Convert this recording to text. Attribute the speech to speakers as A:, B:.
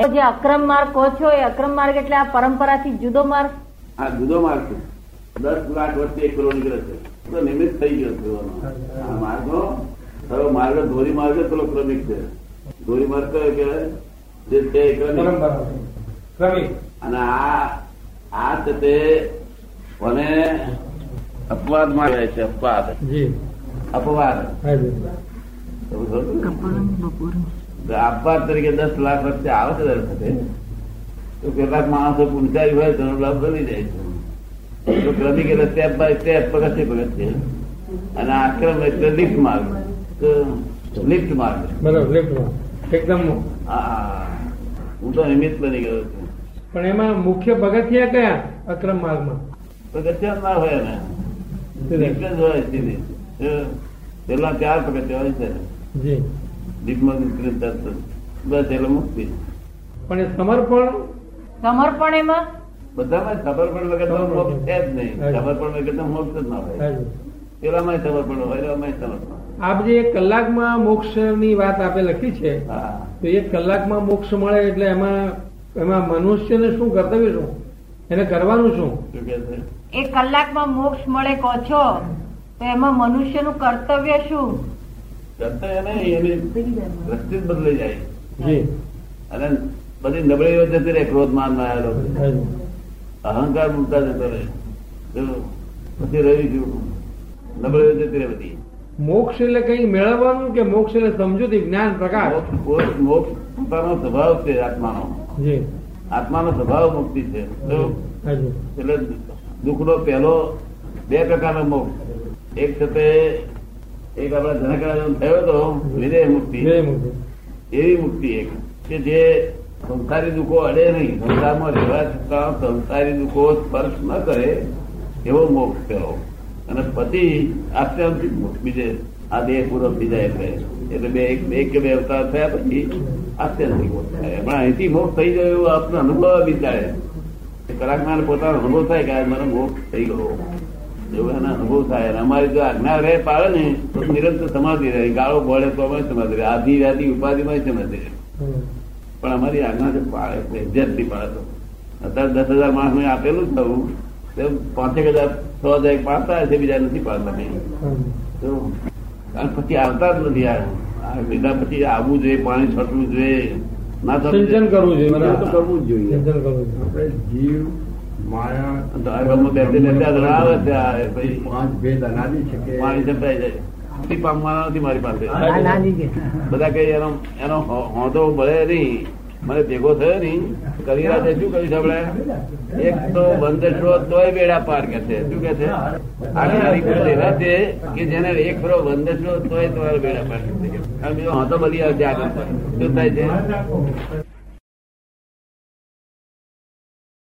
A: એ જે અક્રમ માર્ગ કહો છો એ અક્રમ માર્ગ એટલે આ પરંપરાથી જુદો માર્ગ
B: આ જુદો માર્ગ છે દસ લાખ વર્ષે એક કરોડ નીકળે છે એ તો નિમિત્ત થઈ ગયો છે એનો. આ માર્ગો હવે માર્ગ ધોરી માર્ગ જ પેલો ક્રમિક છે ધોરી માર્ગ કયો કહેવાય જે છે એ ક્રમિક
C: પરંપરા ક્રમિક
B: અને આ આ છે તે કોને અપવાદ માં કહેવાય છે અપવાદ
C: જી
B: અપવાદ
C: હા જી
B: એવું ખરું? તો અપવાદ તરીકે દસ લાખ વર્ષે આવે છે દર વખતે તો કેટલાક માણસો પૂંછારી હોય તો એનો લાભ બની જાય છે તો ક્રમિક એટલે step by step પગથિયે પગથિયે. અને આક્રમ એટલે lift માર્ગ તો lift માર્ગ
C: બરાબર લેફ્ટમાં એકદમ
B: આ હું તો નિમિત્ત બની ગયો છું
C: પણ એમાં મુખ્ય પગથિયા કયા અક્રમ માર્ગમાં
B: પગથિયા જ ના હોય એને lift જ હોય સીધી તો પેલા ચાર પગથિયા હોય છે
C: જી
B: lift માં ઉતરીને તરત જ. બસ એટલે મુક્તિ
C: પણ એ સમર્પણ
A: સમર્પણ એમાં
B: બધામાં સમર્પણ વગર તો મોક્ષ છે જ નહીં સમર્પણ વગર તો મોક્ષ જ ના હોય
C: હા જી
B: પેલામાંય સમર્પણ હોય એલામાંય સમર્પણ
C: આપ જે એક કલાકમાં મોક્ષની વાત આપે લખી છે
B: હા
C: તો એક કલાકમાં મોક્ષ મળે એટલે એમાં એમાં મનુષ્યને શું કર્તવ્ય શું એને કરવાનું શું
B: શું કહે છે
A: એ કલાકમાં મોક્ષ મળે કહો છો તો એમાં મનુષ્યનું કર્તવ્ય શું
B: કરતા એને એની દ્રષ્ટિ જ બદલાઈ જાય
C: જી
B: અને બધી નબળીઓ જતી રહે ક્રોધ માન આવેલો
C: હા જી.
B: અહંકાર મૂકતા જતો રહે તો પછી રહી ગયું નબળીઓ જતી રહે બધી
C: મોક્ષ એટલે કઈ મેળવવાનું કે મોક્ષ એટલે સમજૂતી જ્ઞાન પ્રકાશ
B: મોક્ષ- મોક્ષ- મોક્ષ પોતાનો સ્વભાવ છે આત્માનો
C: જી
B: આત્માનો સ્વભાવ મુક્તિ છે તો
C: હા જી
B: એટલે દુઃખનો પહેલો બે પ્રકારનો મોક્ષ એક છે તે એક આપણા જનકરાજન થયો હતો વિદેહ મુક્તિ
C: જય મુક્તિ.
B: એવી મુક્તિ એક કે જે સંસારી દુઃખો અડે નહીં સંસારમાં રહેવા છતાં સંસારી દુઃખો સ્પર્શ ન કરે એવો મોક્ષ પેલો અને પતિ આત્યંતિક મોક્ષ બીજે આ દેહ પૂરો થઈ જાય એટલે એટલે બે એક એક કે બે અવતાર થયા પછી આત્યંતિક મોક્ષ થાય પણ અહીંથી મોક્ષ થઈ ગયો એવો આપનો અનુભવ બિચારે કલાકમાં પોતાનો અનુભવ થાય કે આ મને મોક્ષ થઈ ગયો એવું એને અનુભવ થાય અને અમારી જો આજ્ઞા રહે પાડે ને તો નિરંતર સમાધિ રહે ગાળો બોળે તો અમે સમાધિ રહે આધી વ્યાધી ઉપાધિમાં સમાધિ રહે
C: હમ.
B: પણ અમારી આજ્ઞા છે પાડે છે જેટલી પાડે તો અત્યારે દસ હજાર માણસ મેં આપેલું જ થવું તો પાંચેક હજાર છ હજાર એક પાડતા હશે બીજા નથી પાડતા નહીં
C: હા જી.
B: તો કારણ પછી આવતા જ નથી આ આ લીધા પછી આવવું જોઈએ પાણી છોટવું જોઈએ ના થતું
C: સિંચન કરવું જોઈએ.
B: હા, તો કરવું જ જોઈએ
C: ચિંતન કરવું જોઈએ.
D: આપણે જીવ માયા
B: દ્વારકામાં બે ત્રણ બે ત્રણ આવે છે આ ભાઈ.
D: પાંચ ભેદ અનાદિ છે કે
B: પાણી સંભળાય જાય નથી પામવાના નથી મારી પાસે
C: હા જી.
B: બધા કઈ એનો એનો હો- હોંધો બળે નહીં મને ભેગો થયો નહીં કરી રાતે શું કહ્યું સાંભળે એક તો બંધ છો તોય બેડા પાર કે છે શું કે છે આજ્ઞાની ગુરુ એવા છે કે જેને એક ફરો બંધ છો તોય તમારા બેડા પાર કરશે. કારણ કે બીજો હોંધો બળી આવશે આગળ શું થાય છે